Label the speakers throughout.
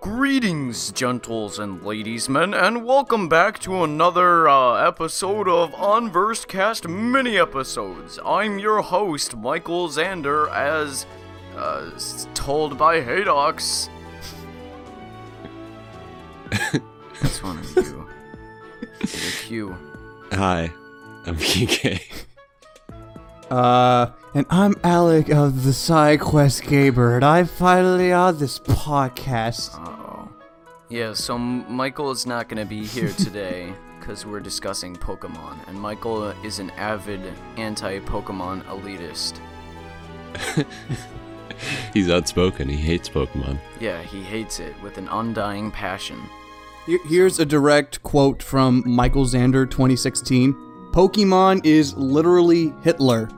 Speaker 1: Greetings, gentles and ladies, men, and welcome back to another uh, episode of Unversed Cast mini episodes. I'm your host, Michael Zander, as uh, s- told by Haydox. That's one of you. You're Q.
Speaker 2: Hi, I'm KK.
Speaker 3: Uh, and I'm Alec of the SideQuest Gamer, and I'm finally on this podcast.
Speaker 1: Oh. Yeah, so M- Michael is not going to be here today because we're discussing Pokemon, and Michael is an avid anti Pokemon elitist.
Speaker 2: He's outspoken. He hates Pokemon.
Speaker 1: Yeah, he hates it with an undying passion.
Speaker 3: Here- Here's a direct quote from Michael Zander 2016 Pokemon is literally Hitler.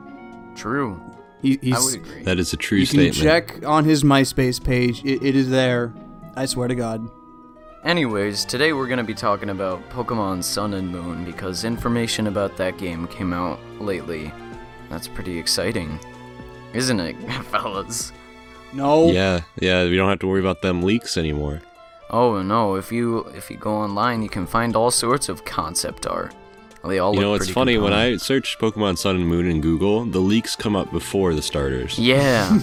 Speaker 1: True.
Speaker 3: He, he's,
Speaker 1: I would agree.
Speaker 2: That is a true
Speaker 3: you can
Speaker 2: statement.
Speaker 3: check on his MySpace page, it, it is there. I swear to God.
Speaker 1: Anyways, today we're going to be talking about Pokemon Sun and Moon because information about that game came out lately. That's pretty exciting. Isn't it, fellas?
Speaker 3: No.
Speaker 2: Yeah, yeah. We don't have to worry about them leaks anymore.
Speaker 1: Oh no, if you if you go online, you can find all sorts of concept art. They all
Speaker 2: you
Speaker 1: look
Speaker 2: know, it's
Speaker 1: pretty
Speaker 2: funny when
Speaker 1: compelling.
Speaker 2: I search Pokemon Sun and Moon in Google, the leaks come up before the starters.
Speaker 1: Yeah.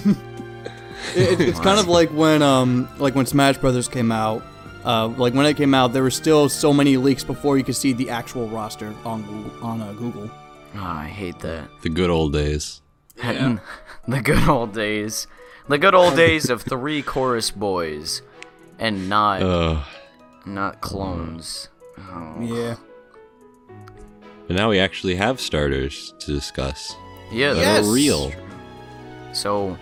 Speaker 3: It, it's kind of like when um like when Smash Brothers came out. Uh, like when it came out, there were still so many leaks before you could see the actual roster on Google, on uh, Google.
Speaker 1: Ah, I hate that.
Speaker 2: The good old days.
Speaker 1: the good old days. The good old days of three chorus boys and not
Speaker 2: Ugh.
Speaker 1: not clones. Oh.
Speaker 3: Yeah.
Speaker 2: And now we actually have starters to discuss.
Speaker 1: Yeah,
Speaker 2: That
Speaker 1: that-
Speaker 2: are
Speaker 3: Yes.
Speaker 2: real.
Speaker 1: So,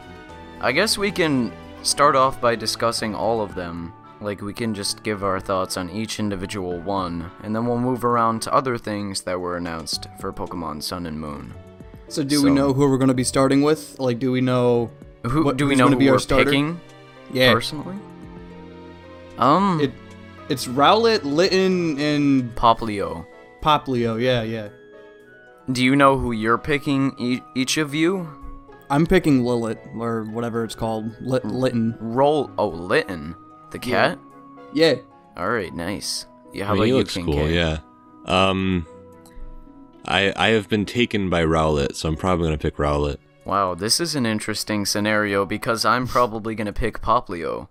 Speaker 1: I guess we can start off by discussing all of them. Like, we can just give our thoughts on each individual one, and then we'll move around to other things that were announced for Pokemon Sun and Moon.
Speaker 3: So do we
Speaker 1: So-
Speaker 3: know who we're going to be starting with? Like, do we know?
Speaker 1: Who
Speaker 3: What-
Speaker 1: do we
Speaker 3: who's
Speaker 1: know
Speaker 3: gonna
Speaker 1: who
Speaker 3: be our
Speaker 1: we're
Speaker 3: starter?
Speaker 1: picking
Speaker 3: Yeah,
Speaker 1: personally? Um,
Speaker 3: it, it's Rowlet, Litten, and
Speaker 1: Poplio.
Speaker 3: Poplio. Yeah, yeah.
Speaker 1: Do you know who you're picking, e- each of you?
Speaker 3: I'm picking Lilith or whatever it's called, Lit- Litten.
Speaker 1: Roll. Oh, Litten. The
Speaker 3: Yeah.
Speaker 1: cat?
Speaker 3: Yeah.
Speaker 1: Alright, nice. Yeah, how
Speaker 2: I mean,
Speaker 1: about
Speaker 2: he
Speaker 1: you,
Speaker 2: looks
Speaker 1: King
Speaker 2: cool.
Speaker 1: K?
Speaker 2: Yeah. Um, I I have been taken by Rowlet, so I'm probably gonna pick Rowlet.
Speaker 1: Wow, this is an interesting scenario because I'm probably gonna pick Poplio.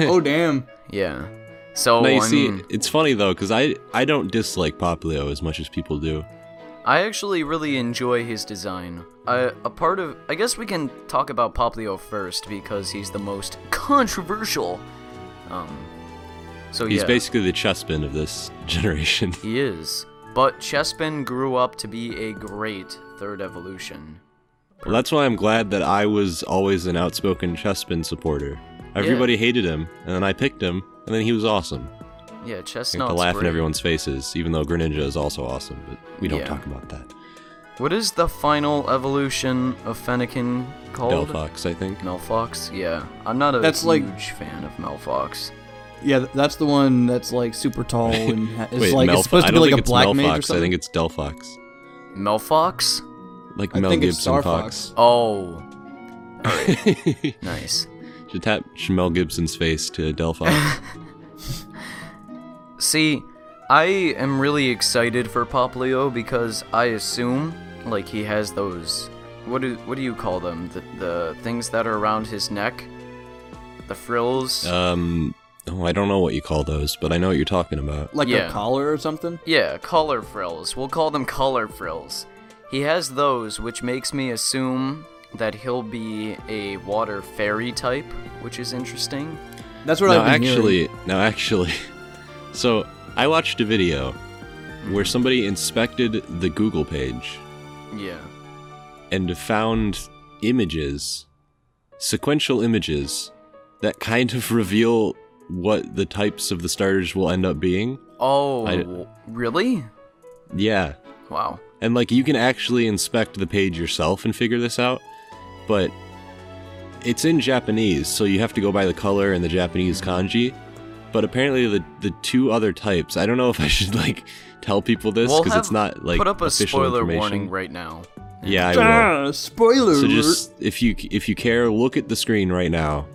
Speaker 3: oh damn.
Speaker 1: Yeah. So
Speaker 2: now you
Speaker 1: Oh, I
Speaker 2: see,
Speaker 1: mean,
Speaker 2: it's funny though, because I I don't dislike Popplio as much as people do.
Speaker 1: I actually really enjoy his design. I, a part of, I guess we can talk about Poplio first because he's the most controversial. Um, so
Speaker 2: He's
Speaker 1: yeah,
Speaker 2: basically the chessman of this generation.
Speaker 1: he is. But Chespin grew up to be a great third evolution.
Speaker 2: well, that's why I'm glad that I was always an outspoken chessman supporter. Everybody hated him, and then I picked him, and then he was awesome.
Speaker 1: Yeah,
Speaker 2: I got
Speaker 1: Chestnut's
Speaker 2: to laugh in
Speaker 1: great.
Speaker 2: everyone's faces, even though Greninja is also awesome, but we don't
Speaker 1: Yeah.
Speaker 2: talk about that.
Speaker 1: What is the final evolution of Fennekin called?
Speaker 2: Delphox, I think.
Speaker 1: Melfox? Yeah. I'm not a
Speaker 3: That's
Speaker 1: huge
Speaker 3: like-
Speaker 1: fan of Melfox.
Speaker 3: Yeah, th- that's the one that's like super tall and ha- it's
Speaker 2: Wait,
Speaker 3: like
Speaker 2: Melf-
Speaker 3: it's supposed
Speaker 2: I
Speaker 3: to be
Speaker 2: don't
Speaker 3: like
Speaker 2: think
Speaker 3: a
Speaker 2: it's
Speaker 3: black
Speaker 2: Melfox.
Speaker 3: mage or
Speaker 2: I
Speaker 3: something.
Speaker 2: think it's Delphox.
Speaker 1: Melfox?
Speaker 2: Like
Speaker 3: I
Speaker 2: Mel
Speaker 3: think it's
Speaker 2: Gibson
Speaker 3: Star
Speaker 2: Fox.
Speaker 1: Oh, nice.
Speaker 2: Should tap Mel Gibson's face to Delphox.
Speaker 1: See, I am really excited for Poplio because I assume, like, he has those. What do what do you call them? The the things that are around his neck, the frills.
Speaker 2: um, oh, I don't know what you call those, but I know what you're talking about.
Speaker 3: like
Speaker 1: yeah.
Speaker 3: a collar or something.
Speaker 1: yeah, collar frills. We'll call them collar frills. He has those, which makes me assume that he'll be a water fairy type, which is interesting.
Speaker 3: That's what
Speaker 2: No,
Speaker 3: I've been hearing.
Speaker 2: actually, no, actually. So I watched a video where somebody inspected the Google page
Speaker 1: Yeah.
Speaker 2: and found images, sequential images, that kind of reveal what the types of the starters will end up being.
Speaker 1: Oh,
Speaker 2: I-
Speaker 1: really?
Speaker 2: Yeah,
Speaker 1: Wow.
Speaker 2: and like you can actually inspect the page yourself and figure this out, but it's in Japanese, so you have to go by the color and the Japanese kanji. But apparently, the the two other types, I don't know if I should like tell people this
Speaker 1: We'll
Speaker 2: because it's
Speaker 1: have-
Speaker 2: not like
Speaker 1: put up a
Speaker 2: official
Speaker 1: spoiler
Speaker 2: information.
Speaker 1: warning right now.
Speaker 2: Yeah, I will.
Speaker 3: Ah, spoiler
Speaker 2: So
Speaker 3: alert.
Speaker 2: just if you if you care, look at the screen right now,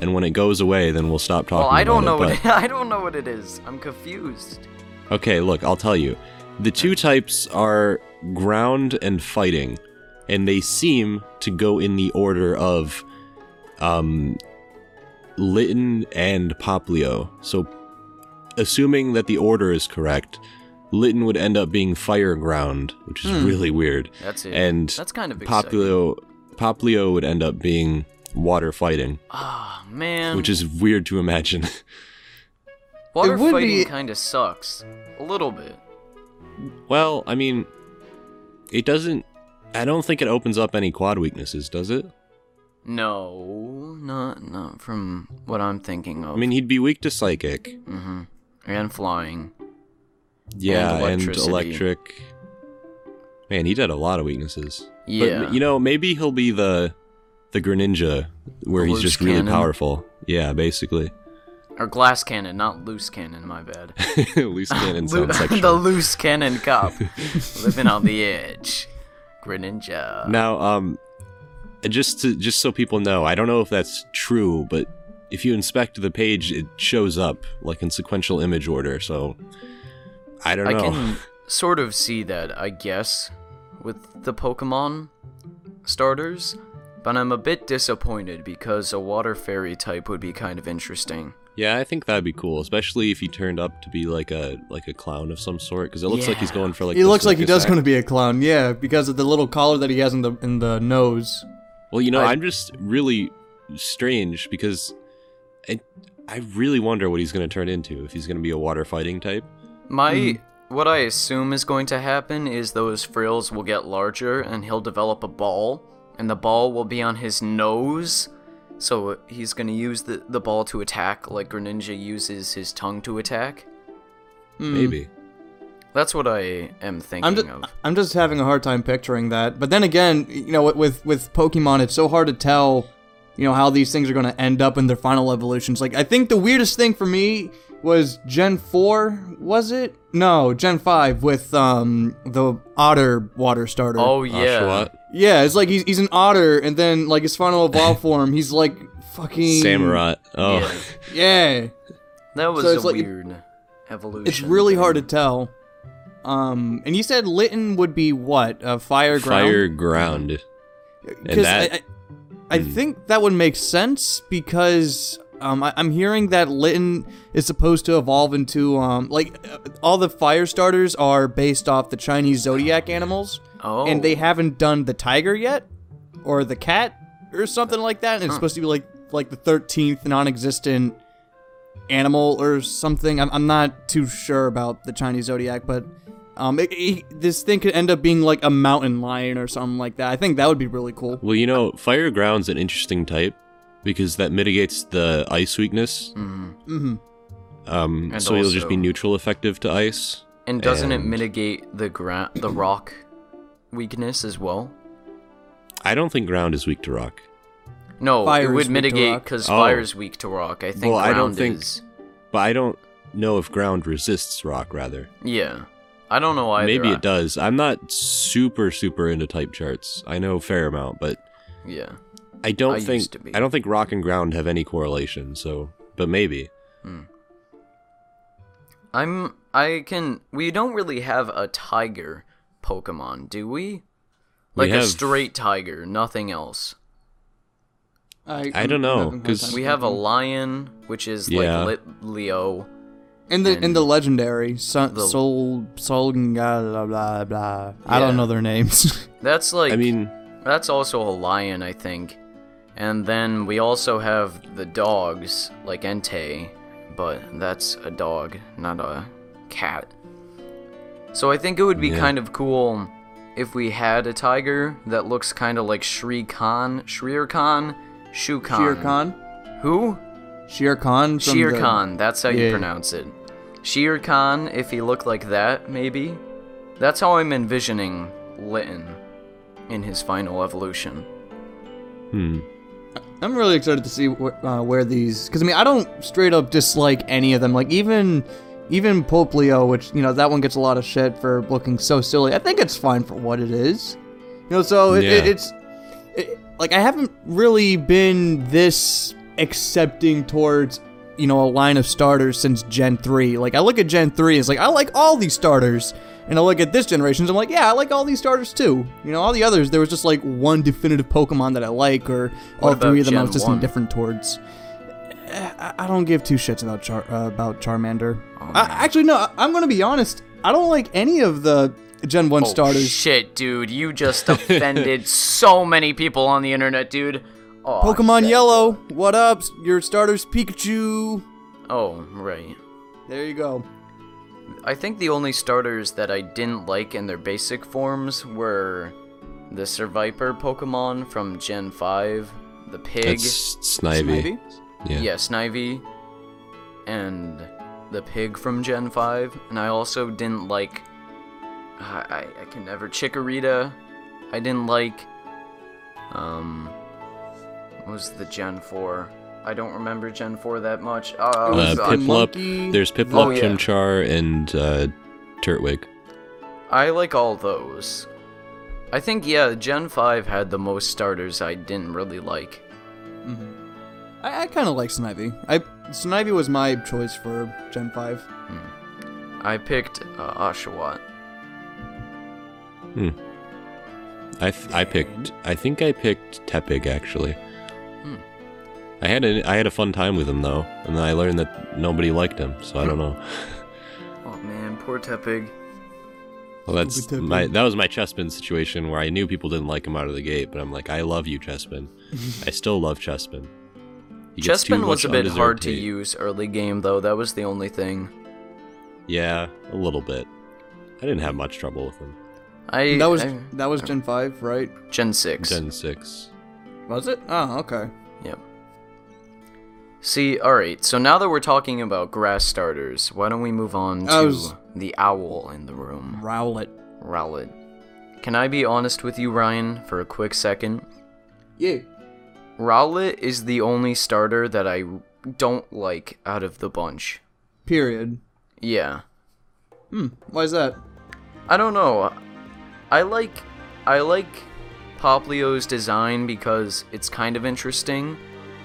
Speaker 2: and when it goes away, then we'll stop talking.
Speaker 1: Hmm. Well, I don't know
Speaker 2: about
Speaker 1: what
Speaker 2: it,
Speaker 1: it, I don't know what it is. I'm confused.
Speaker 2: but- okay, look, I'll tell you. The two types are ground and fighting, and they seem to go in the order of, um, Lytton and Poplio. So, assuming that the order is correct, Lytton would end up being fire ground, which is really weird.
Speaker 1: Hmm. That's it.
Speaker 2: And
Speaker 1: that's kind of exciting.
Speaker 2: Poplio, Poplio would end up being water fighting,
Speaker 1: Ah man,
Speaker 2: which is weird to imagine.
Speaker 1: water
Speaker 3: It would
Speaker 1: fighting
Speaker 3: be-
Speaker 1: kind of sucks a little bit.
Speaker 2: well, I mean, it doesn't. I don't think it opens up any quad weaknesses, does it?
Speaker 1: No, not not from what I'm thinking of.
Speaker 2: I mean, he'd be weak to psychic.
Speaker 1: hmm and flying.
Speaker 2: Yeah, and,
Speaker 1: electricity.
Speaker 2: electric. Man, he'd had a lot of weaknesses.
Speaker 1: Yeah.
Speaker 2: But, you know, maybe he'll be the the Greninja, where
Speaker 1: The
Speaker 2: he's
Speaker 1: loose
Speaker 2: just
Speaker 1: cannon.
Speaker 2: really powerful. Yeah, basically.
Speaker 1: Or glass cannon, not loose cannon. My bad.
Speaker 2: loose cannon
Speaker 1: Loo-
Speaker 2: sounds
Speaker 1: the
Speaker 2: sexual.
Speaker 1: loose cannon cop living on the edge. Greninja.
Speaker 2: Now, um, just to just so people know, I don't know if that's true, but if you inspect the page, it shows up like in sequential image order. So I don't
Speaker 1: I
Speaker 2: know.
Speaker 1: can sort of see that, I guess, with the Pokemon starters, but I'm a bit disappointed because a water fairy type would be kind of interesting.
Speaker 2: Yeah, I think that'd be cool, especially if he turned up to be like a like a clown of some sort, because it looks like he's
Speaker 1: Yeah.
Speaker 2: going for like.
Speaker 3: he
Speaker 2: the
Speaker 3: looks like he
Speaker 2: circus
Speaker 3: does going to
Speaker 2: act.
Speaker 3: be a clown, yeah, because of the little collar that he has in the in the nose.
Speaker 2: Well, you know,
Speaker 1: I-
Speaker 2: I, am just really strange because I I really wonder what he's going to turn into if he's going to be a water fighting type.
Speaker 1: My
Speaker 3: Hmm.
Speaker 1: what I assume is going to happen is those frills will get larger and he'll develop a ball and the ball will be on his nose. So uh, he's going to use the, the ball to attack like Greninja uses his tongue to attack.
Speaker 3: Hmm.
Speaker 2: Maybe.
Speaker 1: That's what I am thinking
Speaker 3: I'm just,
Speaker 1: of.
Speaker 3: I'm just having a hard time picturing that. But then again, you know, with- with with Pokemon, it's so hard to tell, you know, how these things are going to end up in their final evolutions. Like, I think the weirdest thing for me was Gen Four, was it? No, Gen Five with um the otter water starter.
Speaker 1: Oh yeah.
Speaker 2: Oshawott?
Speaker 3: yeah, it's like he's he's an otter, and then like his final evolved form, he's like fucking
Speaker 2: Samurott. Oh.
Speaker 1: Yeah.
Speaker 3: Yeah,
Speaker 1: That was
Speaker 3: So it's
Speaker 1: a
Speaker 3: like-
Speaker 1: weird evolution.
Speaker 3: it's really
Speaker 1: thing.
Speaker 3: hard to tell. Um, and you said Litten would be what? Uh, fire ground.
Speaker 2: Fire ground.
Speaker 3: because
Speaker 2: that-
Speaker 3: I, I, I think that would make sense because um, I, I'm hearing that Litten is supposed to evolve into um, like uh, all the fire starters are based off the Chinese zodiac animals,
Speaker 1: Oh.
Speaker 3: and they haven't done the tiger yet or the cat or something like that. And it's supposed to be like like the 13th non-existent animal or something. I'm, I'm not too sure about the Chinese zodiac, but. Um, it, it- this thing could end up being like a mountain lion or something like that. I think that would be really cool.
Speaker 2: Well, you know, fire ground's an interesting type because that mitigates the ice weakness.
Speaker 3: hmm
Speaker 2: Um,
Speaker 1: And
Speaker 2: so you'll just be
Speaker 1: also-
Speaker 2: neutral effective to ice.
Speaker 1: and doesn't it
Speaker 2: and-
Speaker 1: mitigate the gra- the rock weakness as well?
Speaker 2: I don't think ground is weak to rock.
Speaker 1: No,
Speaker 3: Fire
Speaker 1: it
Speaker 3: is weak
Speaker 1: would
Speaker 3: to
Speaker 1: mitigate
Speaker 3: rock.
Speaker 1: because
Speaker 2: Oh.
Speaker 1: fire is weak to rock. I think
Speaker 2: Well, I
Speaker 1: ground
Speaker 2: don't think-
Speaker 1: is.
Speaker 2: But I don't know if ground resists rock, rather.
Speaker 1: Yeah, I don't know either.
Speaker 2: Maybe
Speaker 1: I-
Speaker 2: it does. I'm not super, super into type charts. I know a fair amount, but
Speaker 1: Yeah,
Speaker 2: I don't
Speaker 1: I
Speaker 2: think
Speaker 1: used to be.
Speaker 2: I don't think rock and ground have any correlation, so but maybe.
Speaker 1: I'm. I can. We don't really have a tiger Pokemon, do we?
Speaker 2: We
Speaker 1: Like a
Speaker 2: have-
Speaker 1: straight tiger, nothing else.
Speaker 2: I don't know, 'cause-
Speaker 1: We have
Speaker 3: Mm-hmm.
Speaker 1: a lion, which is
Speaker 2: Yeah.
Speaker 1: like Lit- Leo.
Speaker 3: in the in the legendary Sun,
Speaker 1: The-
Speaker 3: Sol Sol blah blah blah. blah. I
Speaker 1: Yeah.
Speaker 3: don't know their names.
Speaker 1: That's like.
Speaker 2: I mean,
Speaker 1: That's also a lion, I think. And then we also have the dogs, like Entei, but that's a dog, not a cat. So I think it would be
Speaker 2: Yeah.
Speaker 1: kind of cool if we had a tiger that looks kind of like Shri Khan, Shrir Khan, Shu Khan.
Speaker 3: Shere Khan,
Speaker 1: Who?
Speaker 3: Shere Khan, from
Speaker 1: Shere
Speaker 3: the-
Speaker 1: Khan. That's how you
Speaker 3: Yeah.
Speaker 1: pronounce it. Shere Khan, if he looked like that, maybe. That's how I'm envisioning Litten in his final evolution.
Speaker 2: hmm.
Speaker 3: I'm really excited to see wh- uh, where these because I mean I don't straight up dislike any of them. Like even even Poplio, which you know that one gets a lot of shit for looking so silly. I think it's fine for what it is. You know, so it, it,
Speaker 2: Yeah.
Speaker 3: it's it, like I haven't really been this accepting towards you know a line of starters since Gen three. Like I look at Gen three, it's like I like all these starters, and I look at this generation's, I'm like, yeah, I like all these starters too. You know, all the others, there was just like one definitive Pokemon that I like, or all
Speaker 1: about
Speaker 3: three of them I
Speaker 1: Gen
Speaker 3: was just
Speaker 1: 1?
Speaker 3: indifferent towards. Eh, I, I don't give two shits about Char- uh, about Charmander.
Speaker 1: Oh,
Speaker 3: I, actually, no, I- I'm gonna be honest. I don't like any of the Gen one starters.
Speaker 1: Oh, Shit, dude, you just offended so many people on the internet, dude. Oh,
Speaker 3: Pokemon
Speaker 1: shit.
Speaker 3: Yellow, what up? Your starter's Pikachu.
Speaker 1: Oh, right.
Speaker 3: There you go.
Speaker 1: I think the only starters that I didn't like in their basic forms were the Surviper Pokemon from Gen 5, the Pig,
Speaker 2: That's Snivy.
Speaker 3: Snivy?
Speaker 2: Yeah.
Speaker 1: yeah, Snivy, and the Pig from Gen 5. And I also didn't like. I, I, I can never. Chikorita. I didn't like. Um. What was the Gen 4? I don't remember Gen 4 that much. Uh, it
Speaker 2: Uh,
Speaker 1: was, uh,
Speaker 3: Pip-
Speaker 2: Piplup.
Speaker 3: monkey-
Speaker 2: There's Piplup,
Speaker 1: Oh, yeah.
Speaker 2: Chimchar, and uh, Turtwig.
Speaker 1: I like all those. I think yeah, Gen 5 had the most starters I didn't really like.
Speaker 3: Mm-hmm. I, I kind of like Snivy. I Snivy was my choice for Gen Five.
Speaker 1: I picked uh, Oshawott.
Speaker 2: Hmm. I, th- I picked. I think I picked Tepig actually.
Speaker 1: Hmm.
Speaker 2: I had a I had a fun time with him though, and then I learned that nobody liked him, so I don't know.
Speaker 1: Oh man, poor Tepig.
Speaker 2: Well, that's
Speaker 3: Stupid Tepig.
Speaker 2: my that was my Chespin situation where I knew people didn't like him out of the gate, but I'm like, I love you, Chespin. I still love Chespin. He gets too
Speaker 1: Chespin was
Speaker 2: much
Speaker 1: a bit
Speaker 2: undeserved
Speaker 1: hard to
Speaker 2: hate.
Speaker 1: use early game though. That was the only thing.
Speaker 2: Yeah, a little bit. I didn't have much trouble with him.
Speaker 1: I
Speaker 3: That was
Speaker 1: I-
Speaker 3: that was Gen Five, right?
Speaker 1: Gen 6.
Speaker 2: Gen six.
Speaker 3: Was it? Oh, okay.
Speaker 1: Yep. See, all right. So now that we're talking about grass starters, why don't we move on to
Speaker 3: I was-
Speaker 1: the owl in the room,
Speaker 3: Rowlet.
Speaker 1: Rowlet? Can I be honest with you, Ryan, for a quick second?
Speaker 3: Yeah.
Speaker 1: Rowlet is the only starter that I don't like out of the bunch.
Speaker 3: Period.
Speaker 1: Yeah.
Speaker 3: Hmm. Why is that?
Speaker 1: I don't know. I like I like Poplio's design because it's kind of interesting,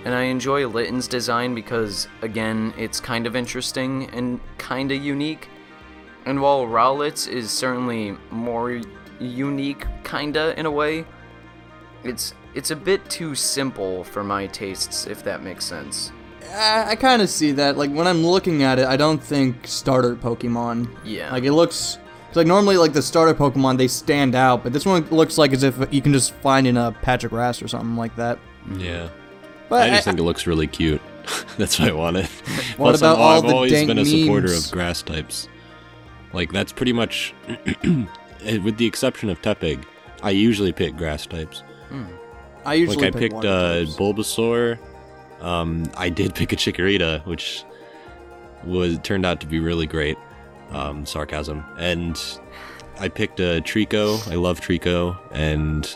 Speaker 1: and I enjoy Litton's design because again, it's kind of interesting and kind of unique. And while Rowlet's is certainly more unique kinda in a way, it's it's a bit too simple for my tastes if that makes sense.
Speaker 3: I, I kind of see that. Like when I'm looking at it, I don't think starter Pokemon.
Speaker 1: Yeah.
Speaker 3: Like it looks 'cause, like normally like the starter Pokemon they stand out, but this one looks like as if you can just find in a patch of grass or something like that.
Speaker 1: Hmm.
Speaker 2: Yeah. I
Speaker 3: But
Speaker 2: just think it looks really cute. that's what I wanted.
Speaker 3: What
Speaker 2: Plus,
Speaker 3: about
Speaker 2: I'm,
Speaker 3: all
Speaker 2: I've
Speaker 3: the
Speaker 2: always
Speaker 3: dank
Speaker 2: been a supporter
Speaker 3: memes?
Speaker 2: of grass types. Like that's pretty much, eh, with the exception of Tepig, I usually pick grass types.
Speaker 3: I usually
Speaker 2: like I
Speaker 3: pick
Speaker 2: picked
Speaker 3: water
Speaker 2: uh,
Speaker 3: types.
Speaker 2: Bulbasaur. Um, I did pick a Chikorita, which was turned out to be really great. Um, sarcasm. And I picked a Trico. I love Trico, and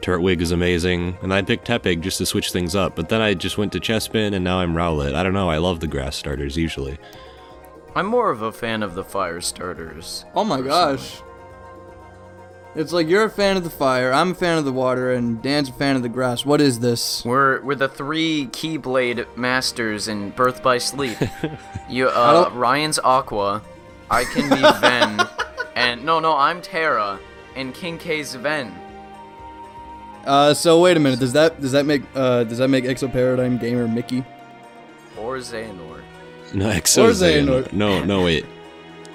Speaker 2: Turtwig is amazing. And I picked Tepig just to switch things up. But then I just went to Chespin, and now I'm Rowlet. I don't know. I love the grass starters usually.
Speaker 1: I'm more of a fan of the fire starters.
Speaker 3: Oh my gosh. It's like you're a fan of the fire, I'm a fan of the water, and Dan's a fan of the grass. What is this?
Speaker 1: We're we're the three Keyblade masters in Birth by Sleep. you, uh,
Speaker 3: don't-
Speaker 1: Ryan's Aqua, I can be Ven, and no, no, I'm Terra, and King K's Ven.
Speaker 3: Uh, so wait a minute. Does that does that make uh does that make Exo Paradigm Gamer Mickey?
Speaker 1: or Xehanort.
Speaker 2: No, Exo
Speaker 3: Or Xehanort.
Speaker 2: Xehanort. No, no, wait.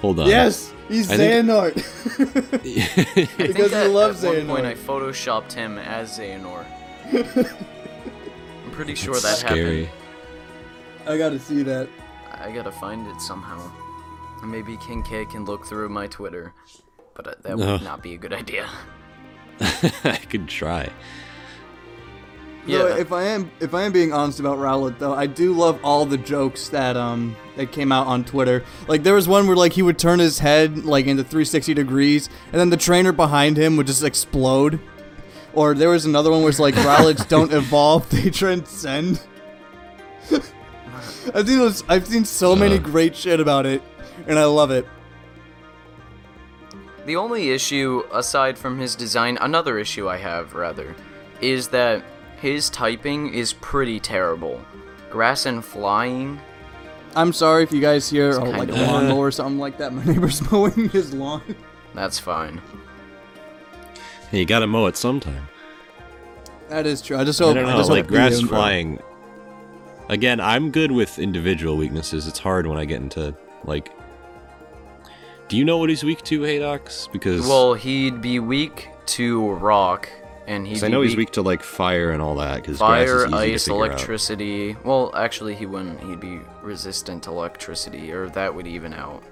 Speaker 2: Hold on.
Speaker 3: he's
Speaker 2: I think-
Speaker 3: Xehanort.
Speaker 1: I think
Speaker 3: Because you
Speaker 1: at-
Speaker 3: love
Speaker 1: at one point
Speaker 3: Xehanort.
Speaker 1: I photoshopped him as Xehanort. I'm pretty sure that
Speaker 2: That's scary.
Speaker 3: I gotta see that.
Speaker 1: happened. I gotta find it somehow. Maybe King K can look through my Twitter, but uh, that
Speaker 2: No.
Speaker 1: would not be a good idea.
Speaker 2: I could try.
Speaker 1: Yeah.
Speaker 3: Though, if I am if I am being honest about Rowlet though, I do love all the jokes that um that came out on Twitter. Like there was one where like he would turn his head like into 360 degrees, and then the trainer behind him would just explode. Or there was another one where it's like Rowlets don't evolve; they transcend. I've seen those, I've seen so many
Speaker 2: Uh.
Speaker 3: great shit about it, and I love it.
Speaker 1: The only issue, aside from his design, another issue I have, rather, is that his typing is pretty terrible. Grass and flying.
Speaker 3: I'm sorry if you guys hear oh,
Speaker 1: kind
Speaker 3: like a
Speaker 1: of-
Speaker 3: lawnmower or something like that. My neighbor's mowing his lawn.
Speaker 1: That's fine.
Speaker 2: Hey, you gotta mow it sometime.
Speaker 3: That is true. I just hope.
Speaker 2: I don't know,
Speaker 3: just hope
Speaker 2: like
Speaker 3: it
Speaker 2: grass
Speaker 3: didn't grow.
Speaker 2: flying. Again, I'm good with individual weaknesses. It's hard when I get into like. Do you know what he's weak to, Haydox? Because
Speaker 1: Well, he'd be weak to rock, and he'd
Speaker 2: 'cause
Speaker 1: be
Speaker 2: I know
Speaker 1: weak,
Speaker 2: he's weak to like fire and all that. Because
Speaker 1: fire,
Speaker 2: grass is easy to
Speaker 1: ice,
Speaker 2: figure out.
Speaker 1: electricity. Well, actually, he wouldn't. He'd be resistant to electricity, or that would even out.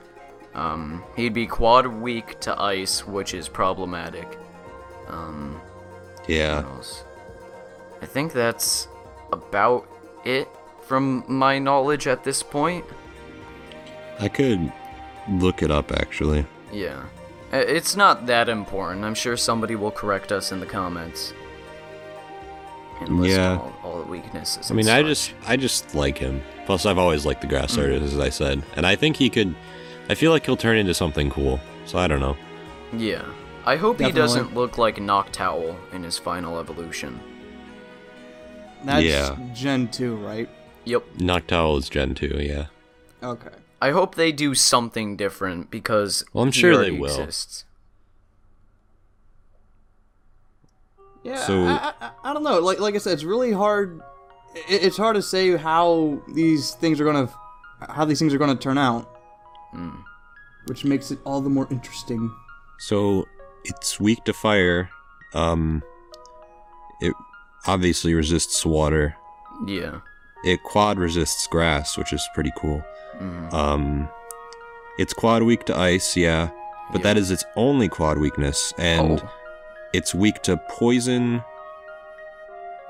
Speaker 1: Um, he'd be quad weak to ice, which is problematic. Um,
Speaker 2: Yeah,
Speaker 1: what else? I think that's about it from my knowledge at this point.
Speaker 2: I could look it up actually.
Speaker 1: Yeah. I- It's not that important. I'm sure somebody will correct us in the comments. And list
Speaker 2: Yeah.
Speaker 1: all, all the weaknesses.
Speaker 2: I
Speaker 1: and
Speaker 2: mean, I
Speaker 1: such.
Speaker 2: just I just like him. Plus, I've always liked the grass
Speaker 1: Mm.
Speaker 2: artist, as I said, and I think he could. I feel like he'll turn into something cool. So I don't know.
Speaker 1: Yeah. I hope
Speaker 3: Definitely.
Speaker 1: he doesn't look like Noctowl in his final evolution.
Speaker 3: That's
Speaker 2: Yeah.
Speaker 3: Gen two, right?
Speaker 1: Yep.
Speaker 2: Noctowl is Gen two, yeah.
Speaker 3: Okay.
Speaker 1: I hope they do something different because
Speaker 2: Well, I'm
Speaker 1: he
Speaker 2: sure they
Speaker 1: already
Speaker 2: will.
Speaker 1: Exists.
Speaker 3: Yeah.
Speaker 2: So-
Speaker 3: I, I, I- I don't know. Like like I said, it's really hard. i- It's hard to say how these things are gonna, how these things are gonna turn out,
Speaker 2: Hmm.
Speaker 1: Mm.
Speaker 3: which makes it all the more interesting.
Speaker 2: So it's weak to fire. Um, it obviously resists water.
Speaker 1: Yeah.
Speaker 2: It quad resists grass, which is pretty cool.
Speaker 1: Mm.
Speaker 2: Um, it's quad weak to ice, yeah, but
Speaker 1: Yeah.
Speaker 2: that is its only quad weakness, and
Speaker 1: Oh.
Speaker 2: it's weak to poison.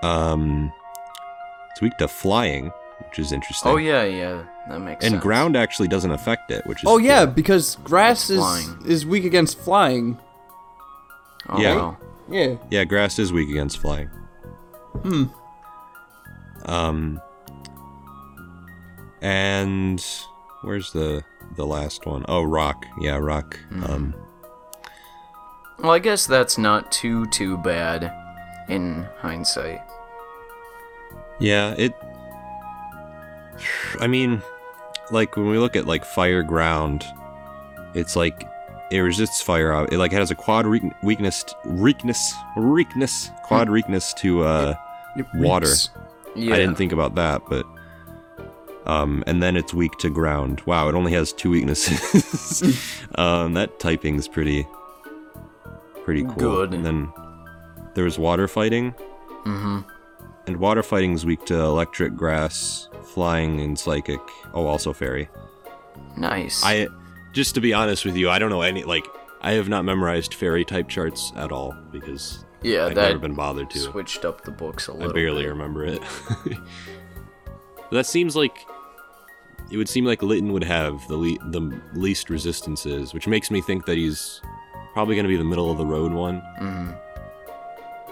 Speaker 2: Um, it's weak to flying, which is interesting.
Speaker 1: Oh, yeah, yeah. That makes
Speaker 2: And
Speaker 1: sense.
Speaker 2: ground actually doesn't affect it, which is
Speaker 3: Oh yeah, because
Speaker 1: It's
Speaker 3: grass is
Speaker 1: flying.
Speaker 3: is weak against flying.
Speaker 1: Oh,
Speaker 2: Yeah.
Speaker 1: wow.
Speaker 3: Yeah.
Speaker 2: Yeah, grass is weak against flying.
Speaker 3: Hmm.
Speaker 2: Um, and where's the the last one? Oh, rock. Yeah, rock. Um,
Speaker 1: Well, I guess that's not too, too bad in hindsight.
Speaker 2: yeah, it. I mean, like when we look at like fire ground, it's like it resists fire. ob- It like has a quad weak- weakness, weakness, weakness, quad weakness to uh
Speaker 3: It
Speaker 2: water.
Speaker 3: reeks.
Speaker 1: Yeah.
Speaker 2: I didn't think about that, but um, and then it's weak to ground. Wow, it only has two weaknesses. um, that typing's pretty, pretty cool.
Speaker 1: Good.
Speaker 2: And then there's water fighting,
Speaker 1: hmm
Speaker 2: and water fighting's weak to electric, grass, flying, and psychic. Oh, also fairy.
Speaker 1: Nice.
Speaker 2: I just to be honest with you, I don't know any like I have not memorized fairy type charts at all because
Speaker 1: yeah,
Speaker 2: I've
Speaker 1: that
Speaker 2: never been bothered to.
Speaker 1: switched up the books a
Speaker 2: I
Speaker 1: little.
Speaker 2: barely
Speaker 1: bit.
Speaker 2: remember it. that seems like it would seem like Lytton would have the le- the least resistances, which makes me think that he's probably going to be the middle of the road one.
Speaker 1: Mhm.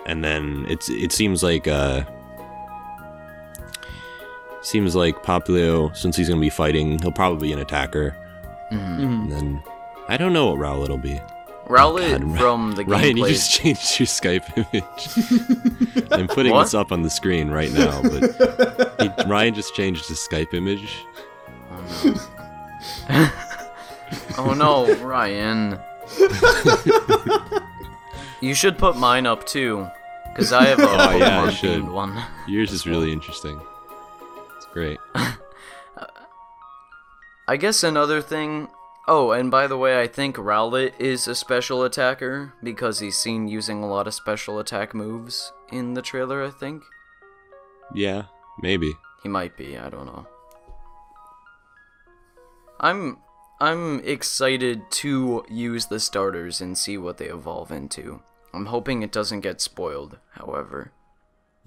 Speaker 2: And then it's it seems like uh seems like Popplio, since he's going to be fighting, he'll probably be an attacker.
Speaker 1: Mm-hmm.
Speaker 2: And then I don't know what Rowlet will be.
Speaker 1: Rowlet
Speaker 2: God, Ry-
Speaker 1: from the
Speaker 2: Ryan,
Speaker 1: gameplay.
Speaker 2: you just changed your Skype image. I'm putting
Speaker 1: What?
Speaker 2: this up on the screen right now, but he, Ryan just changed his Skype image.
Speaker 1: Oh no, Ryan. you should put mine up too, because I have a
Speaker 2: Oh, yeah, I
Speaker 1: Pokemon
Speaker 2: should.
Speaker 1: themed one.
Speaker 2: Yours is really interesting. It's great.
Speaker 1: I guess another thing. Oh, and by the way, I think Rowlet is a special attacker because he's seen using a lot of special attack moves in the trailer. I think
Speaker 2: Yeah, maybe.
Speaker 1: he might be. I don't know. I'm I'm excited to use the starters and see what they evolve into. I'm hoping it doesn't get spoiled. However.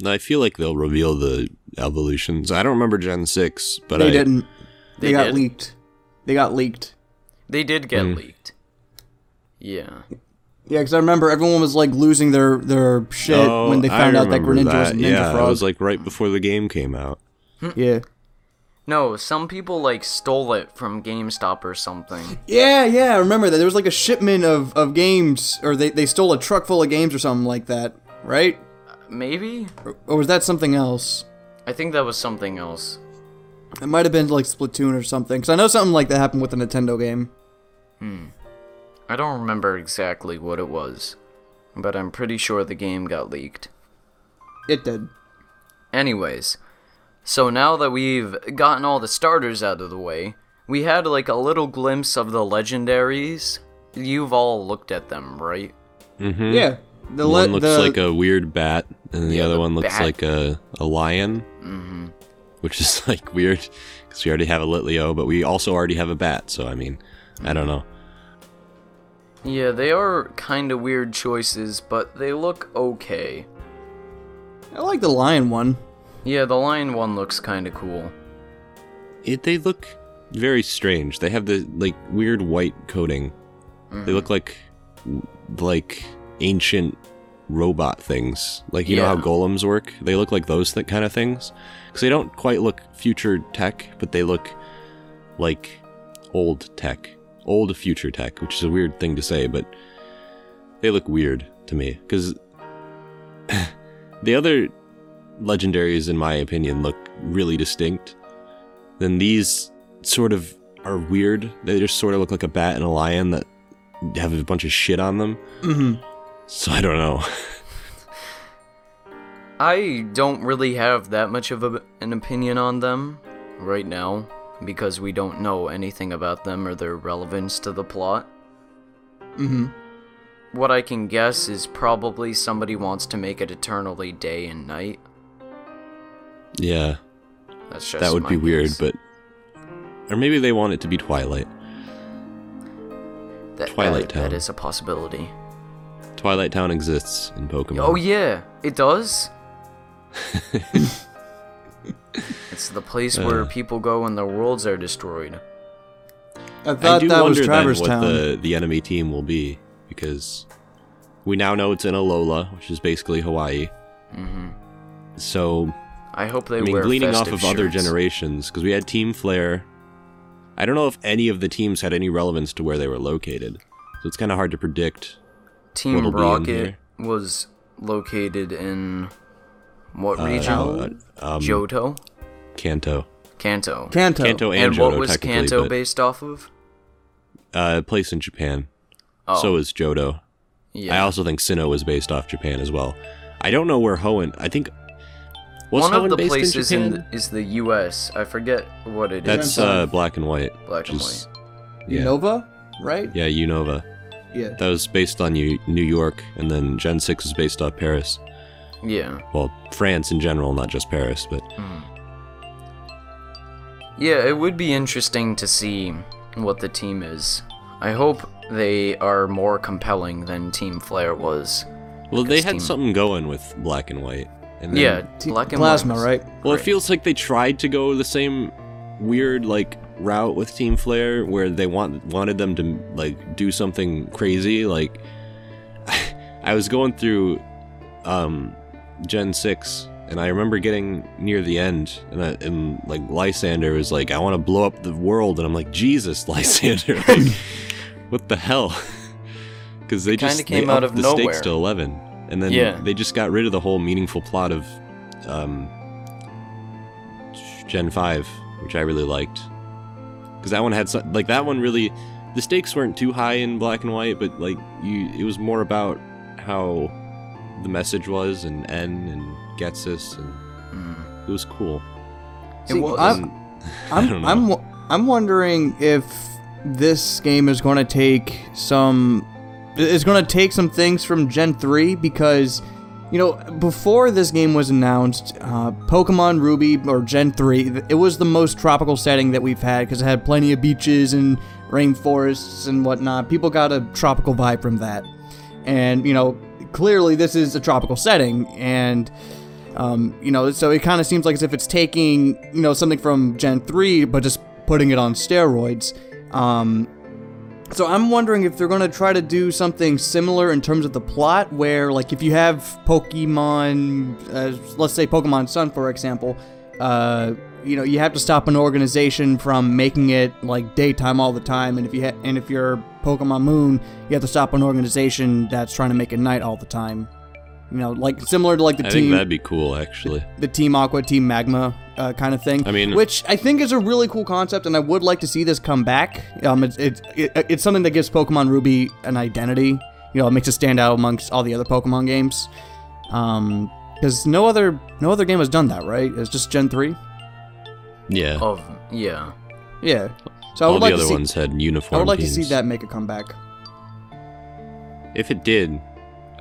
Speaker 2: No, I feel like they'll reveal the evolutions. I don't remember Gen six, but
Speaker 3: they
Speaker 2: I
Speaker 3: didn't. They,
Speaker 1: They
Speaker 3: got
Speaker 1: did.
Speaker 3: leaked. They got leaked.
Speaker 1: They did get leaked. Yeah.
Speaker 3: Yeah, because I remember everyone was like losing their their shit
Speaker 2: Oh,
Speaker 3: when they
Speaker 2: I
Speaker 3: found out that
Speaker 2: remember
Speaker 3: Greninja was a Ninja
Speaker 2: yeah,
Speaker 3: Frog.
Speaker 2: It was like right before the game came out.
Speaker 3: yeah,
Speaker 1: No, some people like stole it from GameStop or something.
Speaker 3: Yeah, yeah, I remember that. There was like a shipment of, of games, or they, they stole a truck full of games or something like that, right?
Speaker 1: Maybe?
Speaker 3: Or, or was that something else?
Speaker 1: I think that was something else.
Speaker 3: It might have been like Splatoon or something, because I know something like that happened with a Nintendo game.
Speaker 1: I don't remember exactly what it was, but I'm pretty sure the game got leaked.
Speaker 3: It did.
Speaker 1: Anyways, so now that we've gotten all the starters out of the way, we had like a little glimpse of the legendaries. You've all looked at them, right?
Speaker 2: Mm-hmm.
Speaker 3: Yeah. The
Speaker 2: One
Speaker 3: le-
Speaker 2: looks
Speaker 3: the-
Speaker 2: like a weird bat, and the
Speaker 1: Yeah,
Speaker 2: other
Speaker 1: the
Speaker 2: one looks
Speaker 1: bat.
Speaker 2: like a, a lion,
Speaker 1: Mm-hmm.
Speaker 2: which is like weird because we already have a Litleo, but we also already have a bat. So I mean, I don't
Speaker 1: Mm-hmm.
Speaker 2: know.
Speaker 1: Yeah, they are kind of weird choices, but they look okay.
Speaker 3: I like the lion one.
Speaker 1: Yeah, the lion one looks kind of cool.
Speaker 2: It, they look very strange. They have the like weird white coating. They look like like ancient robot things. Like you know how
Speaker 1: Yeah.
Speaker 2: golems work. They look like those th- kind of things because they don't quite look future tech, but they look like old tech, old future tech, which is a weird thing to say, but they look weird to me because the other legendaries, in my opinion, look really distinct. Then these sort of are weird. They just sort of look like a bat and a lion that have a bunch of shit on them.
Speaker 3: Mm-hmm.
Speaker 2: So I don't know.
Speaker 1: I don't really have that much of a, an opinion on them right now because we don't know anything about them or their relevance to the plot.
Speaker 3: Mm-hmm.
Speaker 1: What I can guess is probably somebody wants to make it eternally day and night.
Speaker 2: Yeah,
Speaker 1: That's just
Speaker 2: that would
Speaker 1: my
Speaker 2: be weird,
Speaker 1: guess.
Speaker 2: but or maybe they want it to be Twilight.
Speaker 1: That-
Speaker 2: Twilight
Speaker 1: that-
Speaker 2: Town.
Speaker 1: That is a possibility.
Speaker 2: Twilight Town exists in Pokemon.
Speaker 1: Oh yeah, it does. it's the place where
Speaker 2: Uh.
Speaker 1: people go when their worlds are destroyed.
Speaker 3: I thought
Speaker 2: I do
Speaker 3: that was
Speaker 2: wonder
Speaker 3: Traverse
Speaker 2: then what
Speaker 3: Town.
Speaker 2: the the enemy team will be because we now know it's in Alola, which is basically Hawaii.
Speaker 1: hmm
Speaker 2: So
Speaker 1: I hope they
Speaker 2: I mean,
Speaker 1: wear
Speaker 2: gleaning off
Speaker 1: festive
Speaker 2: of other
Speaker 1: shirts.
Speaker 2: generations, because we had Team Flare. I don't know if any of the teams had any relevance to where they were located, so it's kind of hard to predict.
Speaker 1: Team
Speaker 2: what'll be in
Speaker 1: Rocket
Speaker 2: here.
Speaker 1: was located in what
Speaker 2: uh,
Speaker 1: region?
Speaker 2: uh, um,
Speaker 1: Johto,
Speaker 2: Kanto,
Speaker 1: Kanto.
Speaker 3: Kanto.
Speaker 2: Kanto, and,
Speaker 1: and what
Speaker 2: Johto,
Speaker 1: was
Speaker 2: technically,
Speaker 1: Kanto
Speaker 2: but,
Speaker 1: based off of?
Speaker 2: uh, place in Japan.
Speaker 1: Oh,
Speaker 2: So is Johto. I
Speaker 1: yeah.
Speaker 2: also think Sinnoh was based off Japan as well. I don't know where Hoenn. I think was
Speaker 1: One
Speaker 2: Hoenn
Speaker 1: of the
Speaker 2: based
Speaker 1: places
Speaker 2: in
Speaker 1: in,
Speaker 2: Japan.
Speaker 1: is the U.S. I forget what it is.
Speaker 2: That's uh, black and white.
Speaker 1: Black and
Speaker 2: which is- Yeah,
Speaker 3: Unova, right?
Speaker 2: yeah, Unova.
Speaker 3: Yeah.
Speaker 2: That was based on New New York, and then Gen Six was based off Paris.
Speaker 1: Yeah.
Speaker 2: well, France in general, not just Paris, but
Speaker 1: Yeah, it would be interesting to see what the team is. I hope they are more compelling than Team Flare was.
Speaker 2: well, they
Speaker 1: Because
Speaker 2: had
Speaker 1: team-
Speaker 2: something going with black and white. And then,
Speaker 1: yeah,
Speaker 3: T-
Speaker 1: Black and
Speaker 3: Plasma,
Speaker 1: White was-
Speaker 3: right?
Speaker 2: Well, it
Speaker 1: Right.
Speaker 2: feels like they tried to go the same weird like route with Team Flare, where they want wanted them to like do something crazy. Like I was going through um, Gen Six, and I remember getting near the end, and I, and like Lysander was like, "I want to blow up the world," and I'm like, "Jesus, Lysander, like, what the hell?" Because they
Speaker 1: It kinda
Speaker 2: just
Speaker 1: came
Speaker 2: they
Speaker 1: out
Speaker 2: upped
Speaker 1: of
Speaker 2: the
Speaker 1: nowhere.
Speaker 2: stakes to eleven, and then
Speaker 1: Yeah.
Speaker 2: they just got rid of the whole meaningful plot of um, Gen Five, which I really liked, because that one had some, like that one really the stakes weren't too high in black and white, but like you, it was more about how the message was and N and Getsis, and
Speaker 1: Mm.
Speaker 2: it was cool.
Speaker 1: It
Speaker 3: See,
Speaker 1: was.
Speaker 3: I'm- I'm,
Speaker 2: I don't know.
Speaker 3: I'm, wo- I'm wondering if this game is going to take some, is going to take some things from Gen 3 because, you know, before this game was announced, uh, Pokemon Ruby or Gen 3, th- it was the most tropical setting that we've had because it had plenty of beaches and rainforests and whatnot. People got a tropical vibe from that, and you know, clearly this is a tropical setting and. Um, you know, so it kind of seems like as if it's taking, you know, something from Gen 3, but just putting it on steroids. Um, so I'm wondering if they're going to try to do something similar in terms of the plot, where, like, if you have Pokemon, uh, let's say Pokemon Sun, for example, uh, you know you have to stop an organization from making it like daytime all the time and if you ha- and if you're pokemon moon you have to stop an organization that's trying to make it night all the time you know like similar to like the
Speaker 2: I think
Speaker 3: team
Speaker 2: that'd be cool, actually.
Speaker 3: the Team Aqua, Team Magma uh, kind of thing.
Speaker 2: I mean-
Speaker 3: which I think is a really cool concept, and I would like to see this come back. Um, it's it's it, it's something that gives Pokemon Ruby an identity. You know, it makes it stand out amongst all the other Pokemon games. Um, because no other no other game has done that, right? It's just Gen three.
Speaker 2: Yeah.
Speaker 1: Of yeah.
Speaker 3: Yeah. So Oh, I
Speaker 2: All
Speaker 3: would
Speaker 2: the
Speaker 3: like
Speaker 2: other
Speaker 3: to see,
Speaker 2: ones had uniform
Speaker 3: I would like to
Speaker 2: teams.
Speaker 3: see that make a comeback.
Speaker 2: If it did,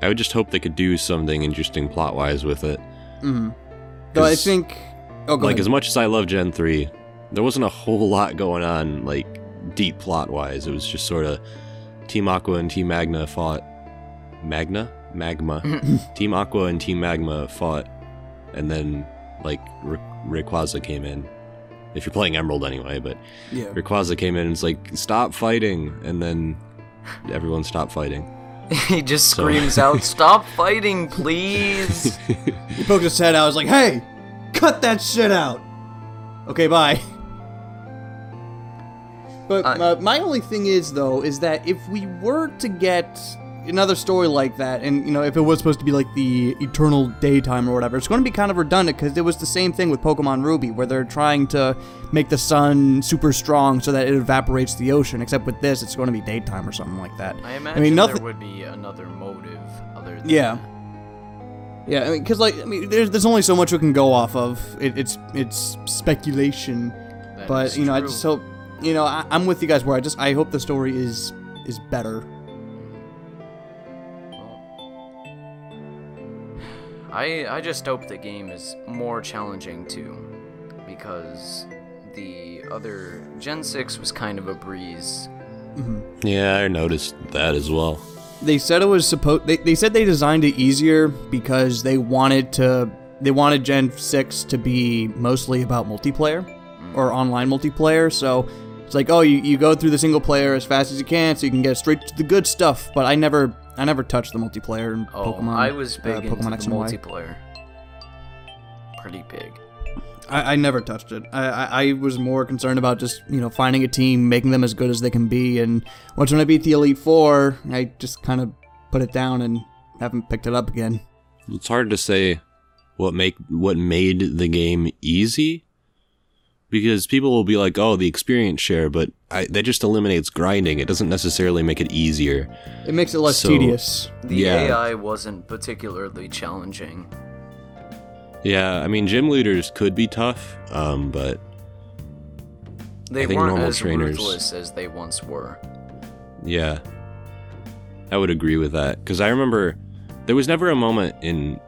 Speaker 2: I would just hope they could do something interesting plot wise with it.
Speaker 3: Mm-hmm. Though I
Speaker 2: 'Cause,
Speaker 3: think. Oh, go
Speaker 2: Like,
Speaker 3: ahead.
Speaker 2: as much as I love Gen 3, there wasn't a whole lot going on, like, deep plot wise. It was just sort of Team Aqua and Team Magna fought. Magna? Magma.
Speaker 3: Mm-hmm.
Speaker 2: Team Aqua and Team Magma fought, and then, like, Ra- Rayquaza came in. If you're playing Emerald anyway, but
Speaker 3: yeah.
Speaker 2: Rayquaza came in and was like, stop fighting, and then everyone stopped fighting.
Speaker 1: he just
Speaker 2: So-
Speaker 1: screams out, "Stop fighting, please!"
Speaker 3: He poked his head out. I was like, "Hey, cut that shit out." Okay, bye. But
Speaker 1: I-
Speaker 3: uh, my only thing is, though, is that if we were to get another story like that, and you know, if it was supposed to be like the Eternal Daytime or whatever, it's going to be kind of redundant because it was the same thing with Pokemon Ruby, where they're trying to make the sun super strong so that it evaporates the ocean. Except with this, it's going to be daytime or something like that.
Speaker 1: I imagine there would be another motive other than
Speaker 3: Yeah. Yeah, I mean, because like, I mean, there's there's only so much we can go off of. It, it's it's speculation,
Speaker 1: that
Speaker 3: but
Speaker 1: is
Speaker 3: you know, I
Speaker 1: true.
Speaker 3: just hope, you know, I, I'm with you guys where I just I hope the story is is better.
Speaker 1: I I just hope the game is more challenging too, because the other Gen Six was kind of a breeze.
Speaker 2: Yeah, I noticed that as well.
Speaker 3: They said it was supposed. They, they said they designed it easier because they wanted to. They wanted Gen Six to be mostly about multiplayer or online multiplayer. So it's like, oh, you, you go through the single player as fast as you can, so you can get straight to the good stuff. But I never, I never touched the multiplayer in
Speaker 1: Oh,
Speaker 3: Pokemon.
Speaker 1: I was big
Speaker 3: uh,
Speaker 1: into
Speaker 3: Pokemon
Speaker 1: the
Speaker 3: X and Y.
Speaker 1: multiplayer. Pretty big.
Speaker 3: I, I never touched it. I, I, I was more concerned about just you know finding a team, making them as good as they can be, and once when I beat the Elite Four, I just kind of put it down and haven't picked it up again.
Speaker 2: It's hard to say what make what made the game easy because people will be like, "Oh, the experience share," but I, that just eliminates grinding. It doesn't necessarily make it easier.
Speaker 3: It makes it less
Speaker 2: So-
Speaker 3: tedious.
Speaker 1: The
Speaker 2: Yeah.
Speaker 1: AI wasn't particularly challenging.
Speaker 2: Yeah, I mean, gym leaders could be tough, um, but
Speaker 1: They
Speaker 2: think
Speaker 1: weren't
Speaker 2: normal
Speaker 1: as
Speaker 2: trainers-
Speaker 1: ruthless as they once were.
Speaker 2: Yeah. I would agree with that. Because I remember there was never a moment in.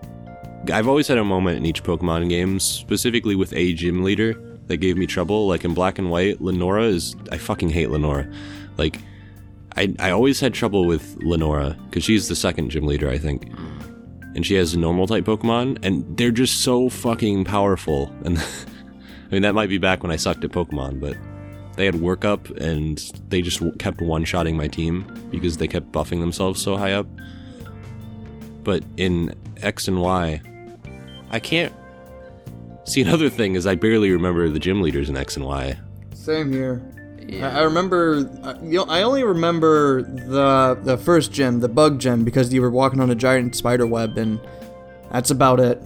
Speaker 2: I've always had a moment in each Pokemon game, specifically with a gym leader, that gave me trouble. Like in Black and White, Lenora is. I fucking hate Lenora. Like, I, I always had trouble with Lenora, because she's the second gym leader, I think. And she has normal type Pokemon, and they're just so fucking powerful. And I mean, that might be back when I sucked at Pokemon, but they had work up and they just w- kept one shotting my team because they kept buffing themselves so high up. But in X and Y, I can't. See, another thing is I barely remember the gym leaders in X and Y.
Speaker 3: Same here.
Speaker 1: Yeah.
Speaker 3: I, I remember. I, you know, I only remember the the first gym, the bug gym, because you were walking on a giant spider web, and that's about it.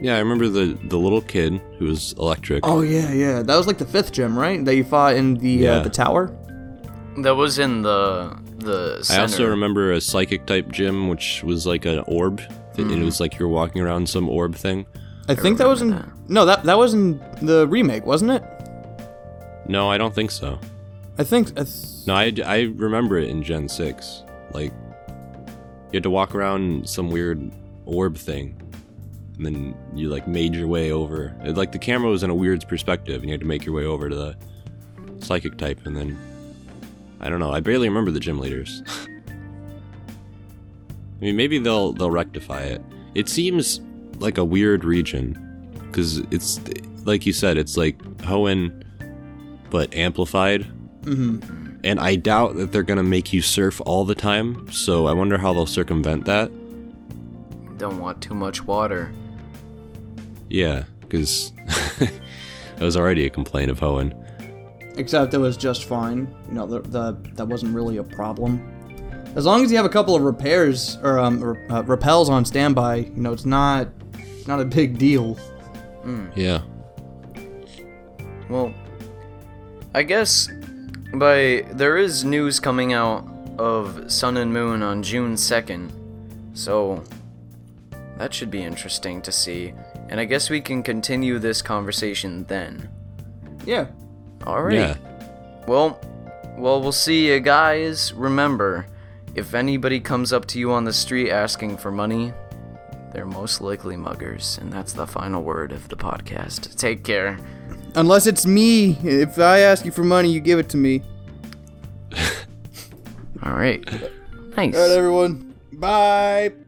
Speaker 2: Yeah, I remember the, the little kid who was electric.
Speaker 3: Oh yeah, yeah. That was like the fifth gym, right? That you fought in the
Speaker 2: Yeah.
Speaker 3: uh, the tower.
Speaker 1: that was in the the
Speaker 2: I
Speaker 1: center.
Speaker 2: also remember a psychic type gym, which was like an orb. Th- and It was like you're walking around some orb thing.
Speaker 3: I think that was in
Speaker 1: remember
Speaker 3: no that that was in the remake, wasn't it?
Speaker 2: No, I don't think so.
Speaker 3: I think I th-
Speaker 2: No, I, I remember it in Gen 6. Like, you had to walk around some weird orb thing. And then you, like, made your way over. It, like, the camera was in a weird perspective, and you had to make your way over to the psychic type. And then, I don't know. I barely remember the gym leaders. I mean, maybe they'll they'll rectify it. It seems like a weird region, because it's like you said, it's like Hoenn, but amplified and I doubt that they're gonna make you surf all the time. So I wonder how they'll circumvent that.
Speaker 1: Don't want too much water.
Speaker 2: Yeah, because It was already a complaint of Hoenn.
Speaker 3: Except it was just fine. You know, the, the that wasn't really a problem. As long as you have a couple of repairs or um, r- uh, repels on standby, you know, it's not it's not a big deal.
Speaker 2: Yeah.
Speaker 1: Well, I guess by there is news coming out of Sun and Moon on June 2nd. So that should be interesting to see. And I guess we can continue this conversation then.
Speaker 3: Yeah.
Speaker 1: All right.
Speaker 2: Yeah.
Speaker 1: Well, well, we'll see you guys. Remember, if anybody comes up to you on the street asking for money, they're most likely muggers, and that's the final word of the podcast. Take care.
Speaker 3: Unless it's me. If I ask you for money, you give it to me.
Speaker 1: All right. Nice.
Speaker 3: All right, everyone. Bye.